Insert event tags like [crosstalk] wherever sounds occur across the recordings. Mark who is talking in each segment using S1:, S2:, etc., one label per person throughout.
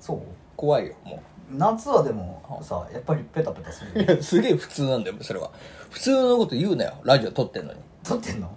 S1: そう
S2: 怖いよも
S1: 夏はでもさやっぱりペタペタす
S2: う [laughs]
S1: る
S3: [laughs]
S2: いやすげえ普通なんだよそれは普通のこと言うなよラジオ撮ってんのに、
S1: 撮ってんの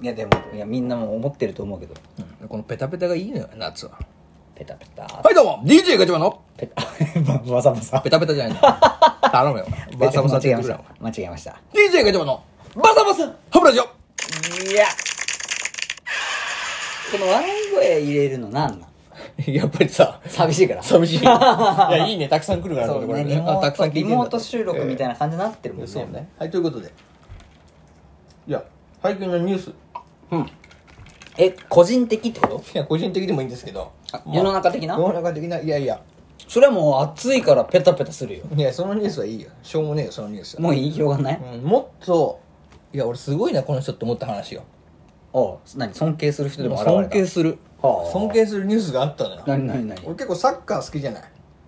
S3: いやでもいやみんなも思ってると思うけど
S2: うんこのペタペタがいいのよ夏は
S3: ペタペタ
S2: はいどうも DJ ガチャマの
S3: ペタ [laughs] わざわざ
S2: ペタペタじゃ [laughs] ないんだ頼む [laughs] よバサバサって
S3: 間違え
S2: 言っ
S3: ま
S2: て
S3: した間違
S2: くれよ
S3: えました
S2: DJ ガチャマのバサバサハブラジオ
S3: いやこの笑い声入れるのなんなん
S2: [laughs] やっぱりさ
S3: 寂しいから
S2: [laughs] 寂しいいやいいねたくさん来るから
S3: そう
S2: これ
S3: ね
S2: ね
S3: リモ
S2: あた
S3: ー
S2: くさ
S3: ト
S2: ん聞いて
S3: リ
S2: んだ
S3: モート収録みたいな感じになってるもんね
S2: そうね。はい、ということで。いや、最近のニュース、い
S3: え個人的ってこと
S2: や、個人的でもいいんですけど、まあ
S3: 世の中的
S2: 世
S3: な
S2: の中的な、いやいや、
S3: それはもう暑いからペタペタするよ
S2: いや、そのニュースはいいよ。しょうもねえよ、そのニュースは。
S3: もう言いようがない
S2: うんもっと、いや、俺すごいな、この人って思った話よ。
S3: おう何尊敬する人でも現れた
S2: 尊敬する。
S3: はあ
S2: 尊敬するニュースがあったのよ。
S3: 何何何
S2: 俺結構サッカー好きじゃない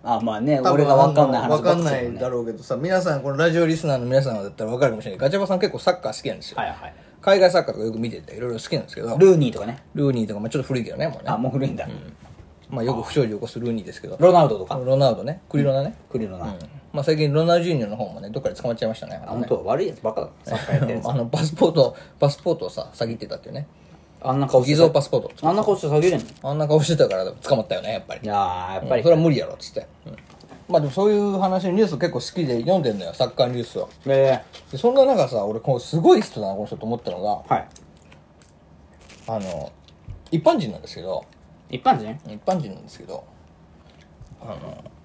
S3: あまあね
S2: 多分
S3: 俺が分かんない
S2: あ
S3: 話
S2: のわかん
S3: ばっ
S2: な
S3: かりするも
S2: い
S3: んね
S2: だろうけどさ、皆さん、このラジオリスナーの皆さんだったらわかるかもしれない。ガチャバさん結構サッカー好きなんですよ。
S3: はいはい
S2: 海外サッカーがよく見てて、いろいろ好きなんですけど、
S3: ルーニーとかね
S2: ルーニーとか、まあちょっと古いけどね、もうね。
S3: あもう古いんだ、
S2: まあ、よく不祥事を起こすルーニーですけど、
S3: ロナウドとか
S2: ロナウドね、クリロナね。
S3: クリロナ、
S2: うんまあ、最近ロナウジーニョの方もね、どっかで捕まっちゃいましたね。
S3: あ本当は悪いやつばっかだサッカーやってるやつ
S2: [laughs] あの、パスポート、パスポートをさ、詐欺ってたっていうね。
S3: あんな顔して
S2: 偽造パスポート。
S3: あんな顔して下げれんのい
S2: あんな顔してたから捕まったよね、やっぱり。
S3: やーやっぱり、
S2: うんそれは無理やろ、つって。うんまあ、でもそういう話のニュース結構好きで読んでんのよ、サッカーニュースを。
S3: え
S2: でそんな中さ、俺、こう、すごい人だな、この人と思ったの
S3: ーはい
S2: が、あの、一般人なんですけど、
S3: 一般人
S2: 一般人なんですけど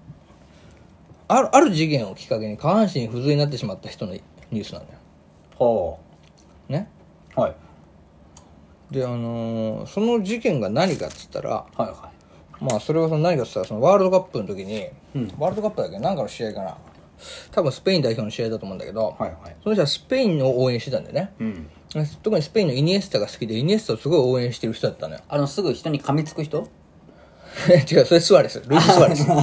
S2: あのあるある事件をきっかけに下半身不随になってしまった人のニュースなんだよ
S3: ほ
S2: ね
S3: うはい
S2: であのーその事件が何かっつったら
S3: はいは
S2: まあそれはその何かっつったらそのワールドカップの時に、ワールドカップだっけなんかの試合かな多分スペイン代表の試合だと思うんだけど、
S3: はいはい
S2: その人はスペインを応援してたんだよね、
S3: ん
S2: 特にスペインのイニエスタが好きでイニエスタをすごい応援してる人だったのよ [laughs]
S3: あのすぐ人に噛みつく人
S2: 違うそれスワレスルイス・ス
S3: [laughs]
S2: ワレス
S3: ご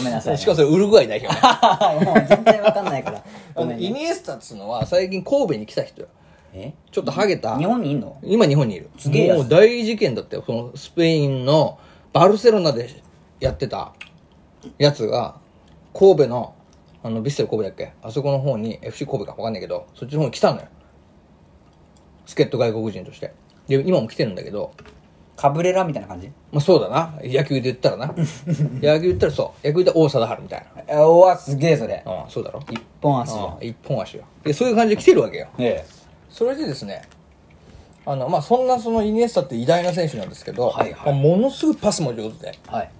S3: めんなさい、ね、
S2: しかもそれウルグアイ代表ね
S3: もう全然わかんないから
S2: あ
S3: [laughs] ご
S2: の
S3: めん、
S2: イ
S3: ね、
S2: ニエスタっつうのは最近神戸に来た人よ
S3: え
S2: ちょっとハゲた
S3: 日本にいんの
S2: 今日本にいる
S3: すげえやつ
S2: もう大事件だったよそのスペインのバルセロナでやってたやつが神戸のあのビッセル神戸だっけあそこの方に FC 神戸か分かんないけどそっちの方に来たのよ助っ人外国人としてで今も来てるんだけど
S3: カブレラみたいな感じ
S2: まあそうだな野球で言ったら [laughs] な野球で言ったらそう野球で言ったら王貞治みたい
S3: えうわすげえそれ
S2: なうんそうだろ
S3: 一本足じゃん
S2: うん一本足よでそういう感じで来てるわけよ
S3: え
S2: それでですねあの、まあ、そんなそのイニエスタって偉大な選手なんですけど、
S3: はいはい
S2: まあものすごいパスも上手で
S3: えはい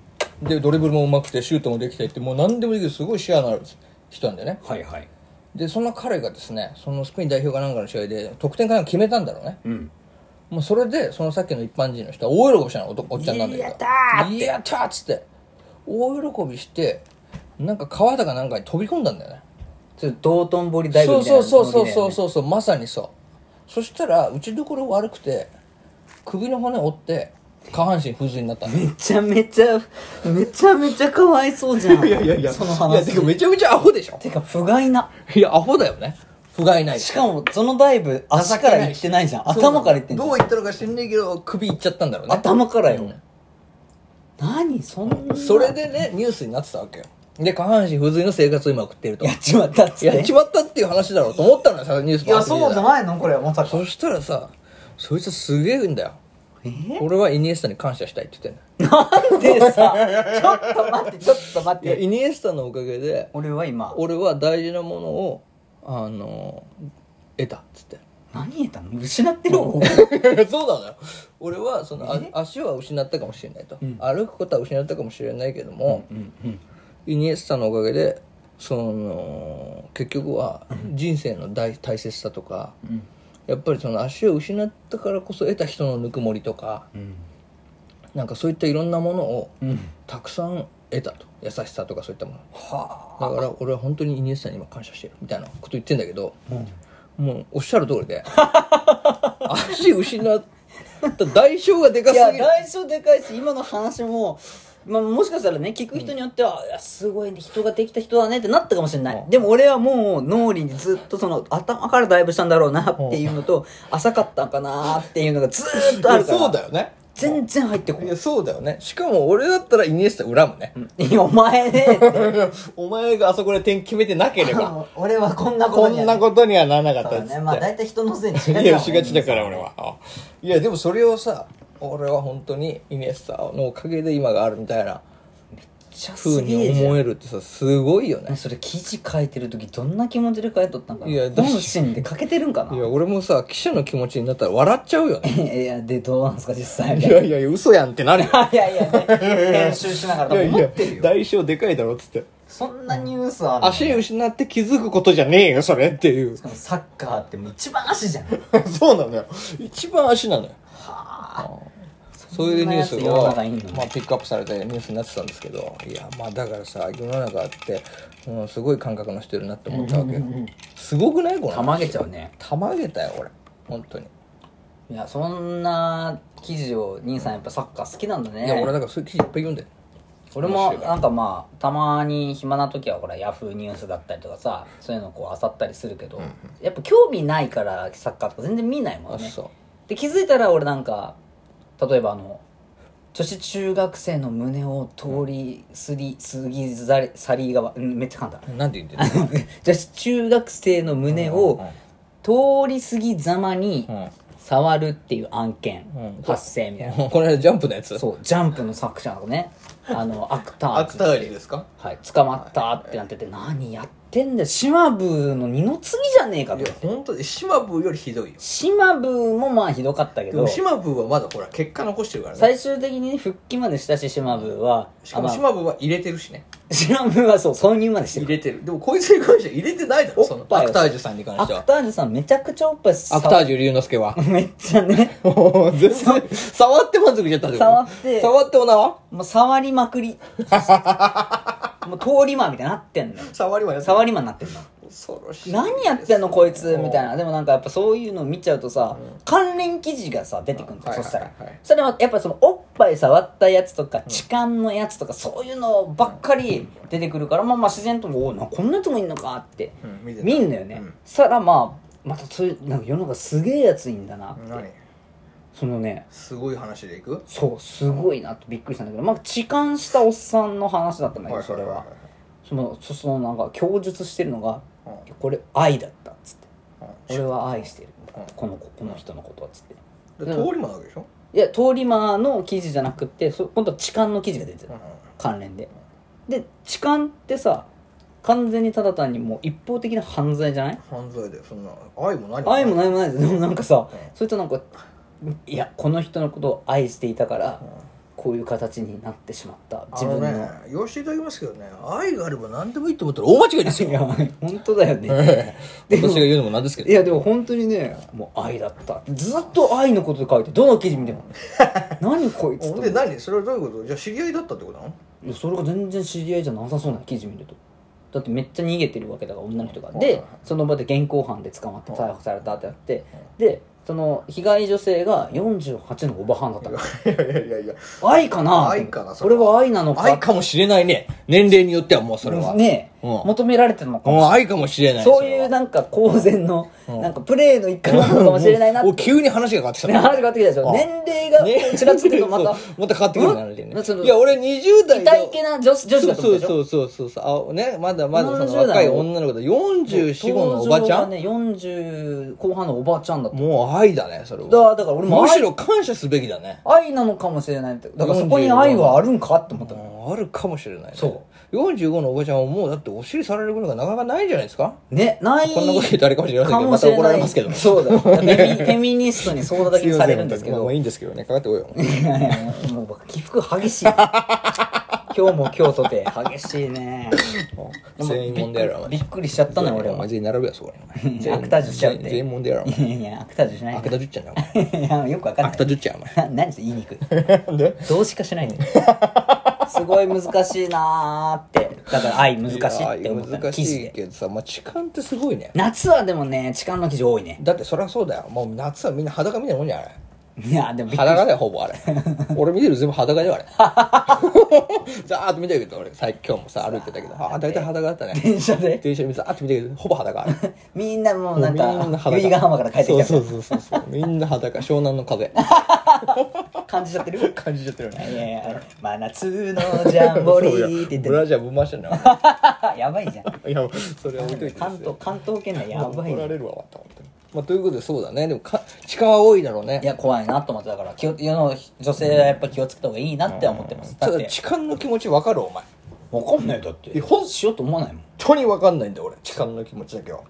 S2: でドリブルもうまくてシュートもできてってもう何でもできるすごい視野のある人なんでね
S3: はいはい
S2: でそんな彼がですねそのスペイン代表かなんかの試合で得点かなんか決めたんだろうね、
S3: ん
S2: もうそれでそのさっきの一般人の人は大喜びしたのおとおっちゃんなんだけど
S3: やったー
S2: ーやったーっつって大喜びしてなんか川だかなんかに飛び込んだんだよね
S3: ちょっと道頓堀大
S2: そ
S3: 学
S2: う
S3: みたい
S2: そう
S3: な
S2: そうそう
S3: ノリだ
S2: そう
S3: よね
S2: そうそうまさにそうそしたら打ちどころ悪くて首の骨折って下半身不随になったんだ
S3: めちゃめちゃめちゃめちゃかわいそうじゃんいやいやいやその
S2: いや
S3: 話
S2: てかめちゃめちゃアホでしょ
S3: てか不甲斐ない
S2: やアホだよね不甲斐ない
S3: しかもそのダイブ足から行ってないじゃん頭から行ってんじゃ
S2: ど
S3: ん
S2: う言ったのか知んないけど首いっちゃったんだろうね
S3: 頭からよ、
S2: うん
S3: 何そんな
S2: それでねニュースになってたわけよで下半身不随の生活を今送っていると
S3: やっちまったっつって
S2: やっちまったっていう話だろうと思ったのよさニュース
S1: いやそうじゃ
S2: い
S1: ないのこれまさか
S2: そしたらさそいつすげえんだよ
S3: えー
S2: 俺はイニエスタに感謝したいって言ってんだよ
S3: なんでさちょっと待ってちょっと待っ
S2: いや
S3: て
S2: イニエスタのおかげで
S3: 俺は今
S2: 俺は大事なものをあの得たっつって
S3: 何言ったの失ってる方
S2: [laughs] そうなのよ俺はそのあ足は失ったかもしれないと、歩くことは失ったかもしれないけども、イニエスタのおかげでその結局は人生の大大切さとか、やっぱりその足を失ったからこそ得た人のぬくもりとか、なんかそういったいろんなものをたくさん得たと優しさとかそういったもの
S3: は
S2: だから俺は本当にイニエスタに今感謝してるみたいなこと言ってんだけど、もうおっしゃる通りで [laughs] 足失った代償がでか
S3: あい
S2: す
S3: や
S2: ぎる
S3: 来週でかいし今の話もまあ、もしかしたらね聞く人によっては、いやすごい人ができた人だねってなったかもしれない、でも俺はもう脳裏にずっとその頭からダイブしたんだろうなっていうのと、浅かったんかなっていうのがずーっとあるから
S2: そうだよね
S3: 全然入ってこ
S2: い
S3: な
S2: や
S3: い
S2: そうだよねしかも俺だったらイニエスタ恨むね、
S3: いやお前ねって
S2: お前があそこで点決めてなければ
S1: 俺はこんなこ
S2: [laughs] こと
S1: に
S2: ん
S1: は
S2: な
S1: ね
S2: ことにはならなかった
S1: そう
S2: っつっ
S1: だ
S2: [laughs] て、
S1: ねまあ大体人のせいにしがちだも
S2: い
S1: んね
S2: やしがちだから俺はあいやでもそれをさ俺は本当にイニエスタのおかげで今があるみたいな
S3: じゃあ
S2: ふう
S3: すげ
S2: に
S3: えじゃん
S2: 思えるってさすごいよね
S3: ねそれ記事書いてる時どんな気持ちで書いとったんかない
S2: やだし
S3: 本心で書けてるんか
S2: い
S3: な
S2: や俺もさ記者の気持ちになったら笑っちゃうよね
S3: [laughs] いやでどうなんすか実際
S2: い
S3: に
S2: やいやいや嘘やんってなるよ
S3: [laughs] いやいやね編集しながら多分
S2: いやい
S3: 思
S2: や
S3: ってるよ
S2: 代償でかいだろっつって
S1: そんなニュースは
S2: 足失って気づくことじゃねえよそれっていう [laughs]
S1: サッカーってもう一番足じゃん
S2: そうなのよ一番足なのよそういうニュー
S3: そ
S2: ス
S3: んなやつ世の
S2: が、
S3: 中いんの
S2: まあ、ピックアップされてニュースになってたんですけどいやまあだからさ世の中って、うん、すごい感覚の人いるなって思ったわけよすごくないこの
S3: たまげちゃうね
S2: たまげたよ俺本当に、
S3: いやそんな記事を兄さんやっぱサッカー好きなんだね
S2: いや俺だからそういう記事いっぱい読んでる
S3: 俺もなんかまあたまに暇な時はほらヤフーニュースだったりとかさそういうのこう漁ったりするけど、やっぱ興味ないからサッカーとか全然見ないも
S2: あ
S3: んね
S2: そう
S3: で気づいたら俺なんか例えばあの女子中学生の胸を通りすり過ぎざり去り側うんめっちゃ簡単 [laughs]
S2: なんて言ってんの
S3: 女子中学生の胸を通り過ぎざまに
S2: ん
S3: 触るっていう案件
S2: うん
S3: 発生みたいな
S2: これジャンプのやつ
S3: そうジャンプの作者のねあのアクター
S2: 芥川ですか
S3: はい、捕まったってなってて、何やってんだよ。島部の二の次じゃねえか
S2: い
S3: と
S2: や。本当に島ブよりひどいよ
S3: 島部もまあひどかったけ
S2: でも
S3: ど、
S2: 島ブはまだほら結果残してるからね
S3: 最終的にね復帰までしたし、島部は、
S2: しかも
S3: あまあ
S2: 島ブは入れてるしね
S3: 島部はそう、挿入までして
S2: 入
S3: る。
S2: れてるでもこいつに関しては入れてないだろそ
S3: お
S2: の
S3: っぱい
S2: ア
S3: を
S2: クタージュさんに関
S3: ア
S2: して
S3: ク
S2: は
S3: タージュさんめちゃくちゃおっぱい
S2: アクタージュ龍之
S3: [laughs]
S2: 介は
S3: めっちゃね、
S2: もう全然触って満足しちゃったじゃん
S3: 触って
S2: 触ってお縄
S3: もう触りまく
S2: [laughs]
S3: り。もう通り魔みたいになってんのよ。
S2: 触りはや
S3: 触り魔になってんの。
S2: 恐ろしい
S3: 何やってんのこいつみたいなでもなんかやっぱそういうの見ちゃうとさ、関連記事がさ出てくるんだよ、
S2: はいはいはい
S3: そしたら、
S2: はい
S3: それはやっぱそのおっぱい触ったやつとか痴漢のやつとかそういうのばっかり出てくるから、まあまあ自然ともおうなこんなやつもいんのかって、
S2: うん見てた
S3: 見んのよね、
S2: うん
S3: そしたらまあまたそういうなんか世の中すげえやついんだなって、
S2: 何
S3: そのね
S2: すごい話でいく
S3: そうすごいなとびっくりしたんだけど、まあ、痴漢したおっさんの話だったんだけどそれは,、
S2: いいい
S3: そのそそのなんか供述してるのが
S2: うん
S3: 「いやこれ愛だった」っつって。
S2: はい
S3: 俺は愛してる
S2: うん
S3: この子この人のことはつって
S2: で通り魔なわけでしょ
S3: いや通り魔の記事じゃなくてそ今度は痴漢の記事が出てる
S2: うん
S3: 関連でで痴漢ってさ完全にただ単にもう一方的な犯罪じゃない
S2: 犯罪でそんな愛も何
S3: 愛も
S2: ない
S3: 何もないですでもなんかさ
S2: うん
S3: それとなんかいやこの人のことを愛していたからこういう形になってしまった
S2: あ
S3: 自
S2: の
S3: 分の
S2: ね言わせていただきますけどね愛があれば何でもいいって思ったら大間違いですよ
S3: いや本当だよね
S2: [laughs] 私が言うのもなんですけ
S3: いやでも本当にねもう愛だったずっと愛のことで書いてどの記事見ても
S2: [laughs]
S3: 何こいつ
S2: ほんで何それはどういうことじゃあ知り合いだったってことなの [laughs]
S3: いやそれが全然知り合いじゃなさそうな記事見るとだってめっちゃ逃げてるわけだから女の人が
S2: うんはい
S3: で
S2: はい
S3: その場で現行犯で捕まって逮捕されたってやってでその被害女性が48のおばはんだったの
S2: いやいやいやいや
S3: 愛かな
S2: 愛かな
S3: それは愛なのか
S2: 愛かもしれないね年齢によってはもうそれは
S3: ねえ、
S2: うん
S3: 求められてるのかもし
S2: もう愛かもしれない
S3: そういう
S2: れは
S3: なんか公然の
S2: うん
S3: なんかプレーの一環なのかもしれないなっ
S2: もう
S3: て
S2: 急に話が変わって [laughs] き
S3: ね
S2: た
S3: 話変わってきたでしょ
S2: あ
S3: 年齢がちらつくっていうの [laughs] また
S2: [laughs] そうまた変わってくるんだよね
S3: うんその
S2: いや俺20代
S3: 痛い系な女子女子
S2: そ
S3: だ
S2: う
S3: と思った
S2: そう
S3: でしょ
S2: そうそうそうそうあねまだまだその
S3: 70
S2: 若
S3: 代
S2: い
S3: の
S2: 女の子だ445のおばちゃん、
S3: 登場がね40後半のおばちゃんだった
S2: もう愛だねそれは
S3: だだから俺も
S2: むし
S3: 愛
S2: ろ感謝すべきだね
S3: 愛なのかもしれないってだからそこに愛はあるんかって思ったの
S2: あるかもしれない、ね、
S3: そう
S2: 45のおばちゃんはもうだってお尻されることがなかなかないんじゃないですか
S3: ねない
S2: こんなこと言ったらあれかもしれません
S3: か
S2: けど
S3: も
S2: ま
S3: し
S2: た
S3: れない
S2: 怒られますけど
S3: そうだよ [laughs] フェミフェミニストに相談だけされるんですけ
S2: まあま
S3: ど
S2: あいいんですけどねかかってこいよ
S3: もう僕起伏激
S2: [laughs]
S3: しい今日も今日とて激しいね
S2: 全員問題やろお前
S3: びっくりしちゃったのよ俺
S2: お前
S3: は
S2: 全員並べよそこにお前全員
S3: アクタージュしちゃうって
S2: 全員問題やろお前
S3: いやいやアクタージュしない
S2: アクタージュっちゃうなお前
S3: いやよくわかん
S2: ア
S3: な
S2: ク
S3: い
S2: タージュっちゃうお前
S3: な何して言いにく
S2: [laughs]
S3: い
S2: で
S3: どうしかし
S2: [laughs]
S3: ないんだよすごい難しいなーってだから愛難しいって思った
S2: 難
S3: 記事
S2: しい
S3: で
S2: けどさ、まあ、痴漢ってすごいね
S3: 夏はでもね痴漢の記事多いね
S2: だってそりゃそうだよもう夏はみんな裸みたいなもんじゃんあれ
S3: [laughs] いやでもびっくり [laughs]
S2: 裸だよほぼあれ俺見てる全部裸だよあれザーッと見てるけど俺さ今日もさ歩いてたけどあー大体裸だったね
S3: 電車で
S2: 電車でザーッと見てるけどほぼ裸ある
S3: みんなもう [laughs] なんか
S2: みんな
S3: 由
S2: 裸
S3: 比ヶ浜から帰ってきたみたい
S2: そうそうそうそうみんな裸湘南の風
S3: な感じちゃってる [laughs]
S2: 感じちゃってるよ
S3: いや
S2: ね
S3: いやいや真夏のジャンボリーって言って
S2: ブ
S3: る
S2: ラジャーぶん回してんのい
S3: [laughs] やばい
S2: [laughs]
S3: じゃん
S2: やそれは置いといて
S3: 関東関東圏内やばい
S2: 怒ら
S3: ね
S2: れるわと思ってまあということでそうだねでもか痴漢は多いだろうね
S3: いや怖いなと思ってだから気を世の女性はやっぱ気をつけた方がいいなって思ってますだ
S2: た
S3: っ
S2: だ
S3: て
S2: 痴漢の気持ち分かるお前
S3: 分かんないよだって
S2: いやほん
S3: しようと思わないもん
S2: 本当に分かんないんだよ俺痴漢の気持ちだけは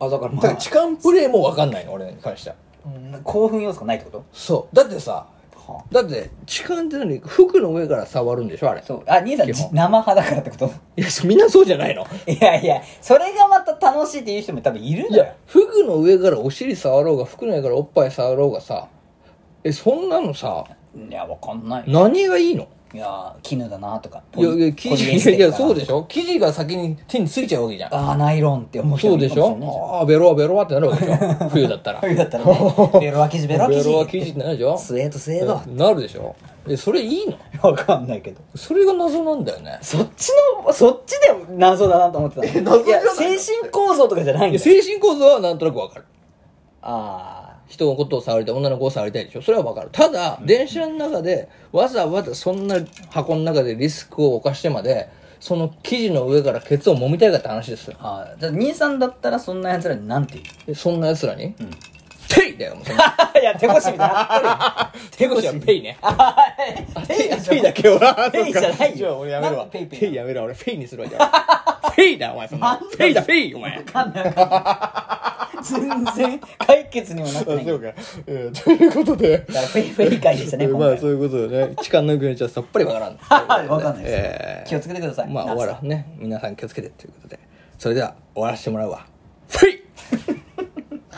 S3: あだから
S2: だ
S3: ま
S2: から痴漢プレーも分かんないの俺に関しては
S3: あ興奮要素がないってこと
S2: そうだってさ
S3: は
S2: だって痴漢って何服の上から触るんでしょあれ
S3: そうあ兄さん
S2: 基
S3: じ
S2: 本
S3: 生派だからってこと [laughs]
S2: いやそうみんなそうじゃないの
S3: いやいやそれがまた楽しいっていう人も多分いる
S2: い
S3: のよ
S2: や服の上からお尻触ろうが服の上からおっぱい触ろうがさえそんなのさ
S3: いやわかんない
S2: 何がいいの
S3: いや絹だなとか
S2: いやいや生地いやいやそうでしょ生地が先に手についちゃうわけじゃん
S3: ああナイロンって思う人
S2: そ
S3: も
S2: う
S3: い
S2: で
S3: る
S2: し
S3: かもれないじゃん
S2: ょああベロはベロはってなるわけでし [laughs] ょ冬だったら
S3: [laughs] 冬だったらね
S2: [laughs]
S3: ベロは生地ベロは生
S2: ベ
S3: 地
S2: ロは生地ってなるでしょ
S3: スウェードスウェード
S2: なるでしょえそれいいの [laughs]
S3: わかんないけど
S2: それが謎なんだよね
S3: そっちのそっちで謎だなと思ってたの
S2: 謎じゃないの
S3: や精神構造とかじゃないん
S2: いや
S3: だよ
S2: 精神構造はなんとなくわかる
S3: あ
S2: 人のことを触りたい女の子を触りたいでしょそれはわかるただ、電車の中でわざわざそんな箱の中でリスクを冒してまでその生地の上からケツを揉みたいかって話ですよ
S3: ーあーじゃあ兄さんだったらそんな奴らになんて
S2: [laughs]
S3: 言
S2: えそんな奴らに、ペイだよもうそんな
S3: ういや手越しみたいになってる
S2: 手
S3: よ [laughs]
S2: 越しはペイね
S3: あ
S2: ペイ
S3: 手
S2: ペイだけは
S3: ペイじゃないよ
S2: じゃあ俺やめるわ
S3: なんでペイペイなの
S2: ペイやめるわ俺ペイにするわじゃ
S3: [laughs]
S2: あペイだお前そんなのペイだペイお前
S3: 全然解決にもなってない
S2: あそうか、えーというこ
S3: [laughs]
S2: とで
S3: だからフェイフェイ会でしたね今
S2: [laughs] まあ
S3: 回
S2: そういうことでね痴漢の気持ちはさっぱりわから
S3: [laughs]
S2: ん
S3: わかんないです
S2: えー
S3: 気をつけてください
S2: まあ終わらね皆さん気をつけてということでそれでは終わらせてもらうわフェイ